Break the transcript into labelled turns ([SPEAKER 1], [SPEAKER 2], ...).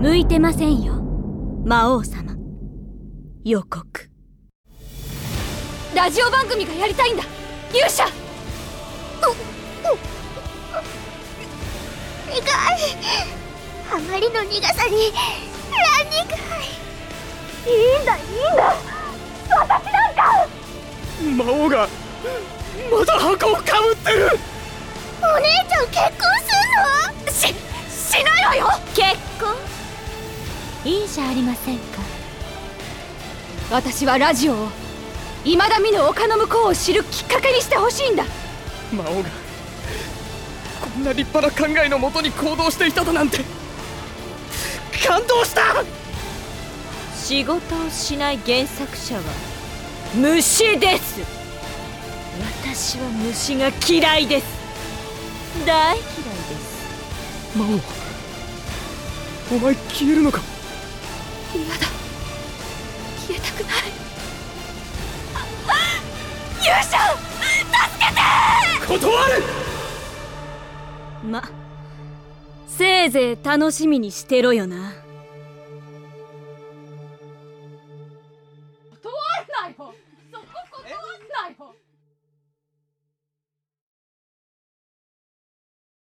[SPEAKER 1] 向いてませんよ魔王様予告
[SPEAKER 2] ラジオ番組がやりたいんだ勇者
[SPEAKER 3] 苦いあまりの苦さにランニングいいんだいいんだ私なんか
[SPEAKER 4] 魔王がまだ箱をかぶってる
[SPEAKER 3] お姉ちゃん結婚
[SPEAKER 2] ししないわよ
[SPEAKER 1] 結婚いいじゃありませんか
[SPEAKER 2] 私はラジオを今田美の丘の向こうを知るきっかけにしてほしいんだ
[SPEAKER 4] 魔王がこんな立派な考えのもとに行動していただなんて感動した
[SPEAKER 1] 仕事をしない原作者は虫です私は虫が嫌いです大嫌いです
[SPEAKER 4] 魔王お前消えるのか
[SPEAKER 2] 嫌だ消えたくない勇者
[SPEAKER 4] 断る
[SPEAKER 1] ませいぜい楽しみにしてろよな
[SPEAKER 2] 断らないよそこ断らないよ